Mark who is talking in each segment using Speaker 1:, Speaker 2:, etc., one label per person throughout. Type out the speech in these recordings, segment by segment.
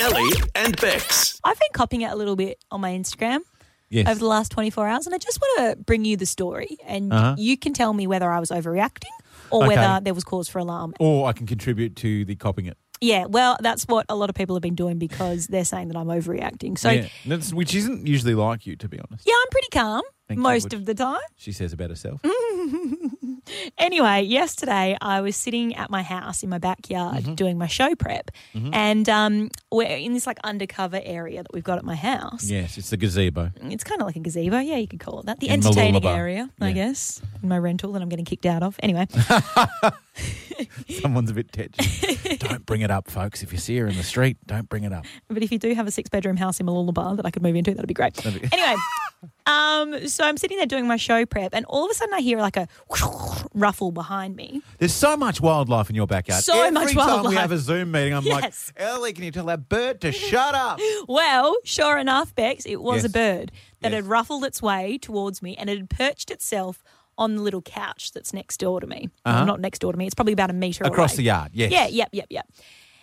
Speaker 1: Ellie and Bex.
Speaker 2: I've been copying it a little bit on my Instagram
Speaker 3: Yes.
Speaker 2: over the last 24 hours, and I just want to bring you the story, and
Speaker 3: Uh-huh.
Speaker 2: you can tell me whether I was overreacting or
Speaker 3: Okay.
Speaker 2: whether there was cause for alarm.
Speaker 3: or I can contribute to the copying it.
Speaker 2: Yeah, well, that's what a lot of people have been doing because they're saying that I'm overreacting. So, yeah,
Speaker 3: yeah. That's, which isn't usually like you, to be honest.
Speaker 2: I'm pretty calm
Speaker 3: Thank you,
Speaker 2: most
Speaker 3: would-
Speaker 2: of the time.
Speaker 3: She says about herself.
Speaker 2: Mm-hmm. Anyway, yesterday I was sitting at my house in my backyard
Speaker 3: Mm-hmm.
Speaker 2: doing my show prep, and um, we're in this like undercover area that we've got at my house.
Speaker 3: Yes, it's the gazebo.
Speaker 2: It's kind of like a gazebo, yeah, you could call it that. The
Speaker 3: In
Speaker 2: entertaining
Speaker 3: Mooloolaba.
Speaker 2: area, I
Speaker 3: Yeah.
Speaker 2: guess, in my rental that I'm getting kicked out of. Anyway,
Speaker 3: Someone's a bit tetchy. don't bring it up, folks. If you see her in the street, don't bring it up.
Speaker 2: But if you do have a six bedroom house in Malulabar that I could move into, that'd be great. anyway, um, so I'm sitting there doing my show prep, and all of a sudden I hear like a ruffle behind me.
Speaker 3: There's so much wildlife in your backyard.
Speaker 2: So
Speaker 3: Every
Speaker 2: much
Speaker 3: time
Speaker 2: wildlife.
Speaker 3: we have a Zoom meeting, I'm
Speaker 2: Yes.
Speaker 3: like, Ellie, can you tell that bird to shut up?
Speaker 2: Well, sure enough, Bex, it was
Speaker 3: Yes.
Speaker 2: a bird that
Speaker 3: Yes.
Speaker 2: had ruffled its way towards me and it had perched itself on the little couch that's next door to me. Well,
Speaker 3: Uh-huh.
Speaker 2: Not next door to me, it's probably about a meter
Speaker 3: Across
Speaker 2: away.
Speaker 3: the yard, yes.
Speaker 2: Yeah, yep, yep, yep.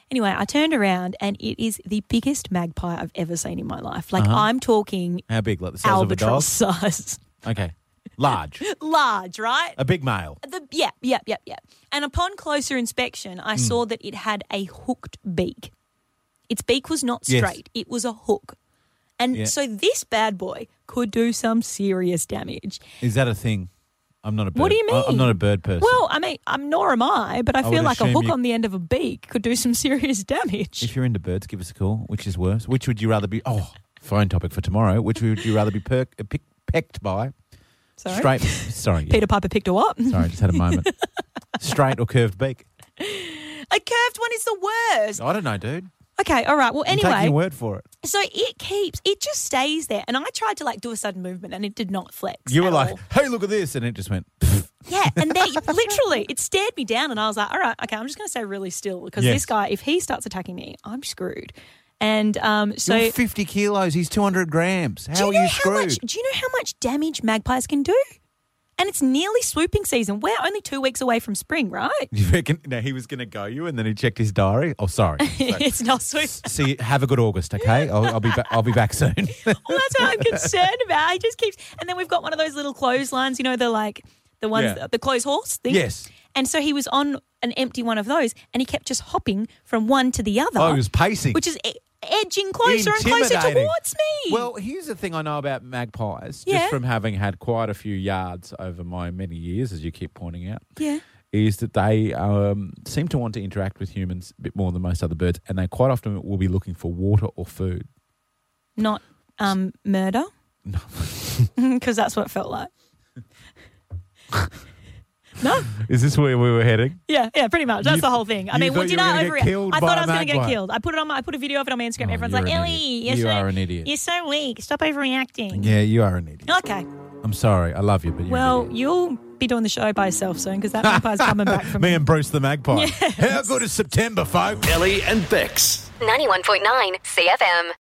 Speaker 2: Anyway, I turned around and it is the biggest magpie I've ever seen in my life.
Speaker 3: Uh-huh.
Speaker 2: Like, I'm talking
Speaker 3: How big? Like the size
Speaker 2: albatross size.
Speaker 3: of a dog? Okay. Large.
Speaker 2: Large, right?
Speaker 3: a big male.
Speaker 2: The, yeah, yeah, yeah, yeah. And upon closer inspection, I
Speaker 3: Hmm.
Speaker 2: saw that it had a hooked beak. Its beak was not
Speaker 3: Yes.
Speaker 2: straight, it was a hook. And
Speaker 3: Yeah.
Speaker 2: so this bad boy could do some serious damage.
Speaker 3: Is that a thing? I'm not a bird.
Speaker 2: What do you
Speaker 3: I- I'm not
Speaker 2: mean?
Speaker 3: a bird person.
Speaker 2: Well, I mean, I'm nor am I, but I,
Speaker 3: would
Speaker 2: feel like a
Speaker 3: assume
Speaker 2: hook
Speaker 3: you-
Speaker 2: on the end of a beak could do some serious damage.
Speaker 3: If you're into birds, give us a call. Which is worse? Which would you rather be? Oh, phone topic for tomorrow. Which would you rather be perk, uh, pick, pecked by?
Speaker 2: Sorry.
Speaker 3: Straight. Sorry. yeah.
Speaker 2: Peter Piper picked her up.
Speaker 3: Sorry, just had a moment. Straight or curved beak?
Speaker 2: A curved one is the worst.
Speaker 3: I don't know, dude.
Speaker 2: Okay, all right. Well,
Speaker 3: I'm taking
Speaker 2: anyway,
Speaker 3: your word for it.
Speaker 2: so it keeps, it just stays there. And I tried to like do a sudden movement and it did not flex.
Speaker 3: You were
Speaker 2: at
Speaker 3: like,
Speaker 2: all.
Speaker 3: "Hey, look at this," and it just went.
Speaker 2: Yeah, and they literally it stared me down, and I was like, "All right, okay, I'm just going to stay really still because
Speaker 3: Yes.
Speaker 2: this guy, if he starts attacking me, I'm screwed." And um, so,
Speaker 3: You're 50 kilos. He's 200 grams. How
Speaker 2: do you
Speaker 3: are
Speaker 2: know
Speaker 3: you
Speaker 2: how
Speaker 3: screwed?
Speaker 2: much? Do you know how much damage magpies can do? And it's nearly swooping season. We're only two weeks away from spring, right?
Speaker 3: You reckon? No, he was going to go you, and then he checked his diary. Oh, sorry.
Speaker 2: it's not swoop.
Speaker 3: See, have a good August, okay? I'll, I'll be ba- I'll be back soon.
Speaker 2: Well, that's what I'm concerned about. He just keeps, and then we've got one of those little clotheslines, you know, the like the ones
Speaker 3: Yeah.
Speaker 2: the clothes horse thing.
Speaker 3: Yes.
Speaker 2: And so he was on an empty one of those, and he kept just hopping from one to the other.
Speaker 3: oh, he was pacing.
Speaker 2: which is e- edging closer and closer
Speaker 3: Intimidating.
Speaker 2: towards me.
Speaker 3: Well, here's the thing I know about magpies,
Speaker 2: Yeah.
Speaker 3: just from having had quite a few yards over my many years, as you keep pointing out,
Speaker 2: yeah.
Speaker 3: is that they um, seem to want to interact with humans a bit more than most other birds, and they quite often will be looking for water or food.
Speaker 2: Not um, murder. No. Because that's what it felt like. no.
Speaker 3: Is this where we were heading?
Speaker 2: Yeah, yeah, pretty much. That's
Speaker 3: You-
Speaker 2: the whole thing. I
Speaker 3: you
Speaker 2: mean,
Speaker 3: thought
Speaker 2: well,
Speaker 3: you
Speaker 2: did
Speaker 3: were
Speaker 2: I
Speaker 3: gonna get
Speaker 2: overreact?
Speaker 3: killed
Speaker 2: I
Speaker 3: by
Speaker 2: thought I
Speaker 3: a
Speaker 2: was going to get
Speaker 3: magpie.
Speaker 2: killed. I put it on my, I put a video of it on my Instagram.
Speaker 3: Oh,
Speaker 2: Everyone's
Speaker 3: you're
Speaker 2: like,
Speaker 3: an
Speaker 2: Ellie,
Speaker 3: idiot.
Speaker 2: you're
Speaker 3: You
Speaker 2: so,
Speaker 3: are an idiot."
Speaker 2: You're so weak. Stop overreacting.
Speaker 3: Yeah, you are an idiot.
Speaker 2: Okay.
Speaker 3: I'm sorry. I love you, but you're
Speaker 2: Well,
Speaker 3: an idiot.
Speaker 2: you'll be doing the show by yourself soon because that vampire's coming back from
Speaker 3: me and Bruce the magpie.
Speaker 2: Yes.
Speaker 3: How good is September, folks?
Speaker 1: Ellie and Bex.
Speaker 4: 91.9 CFM.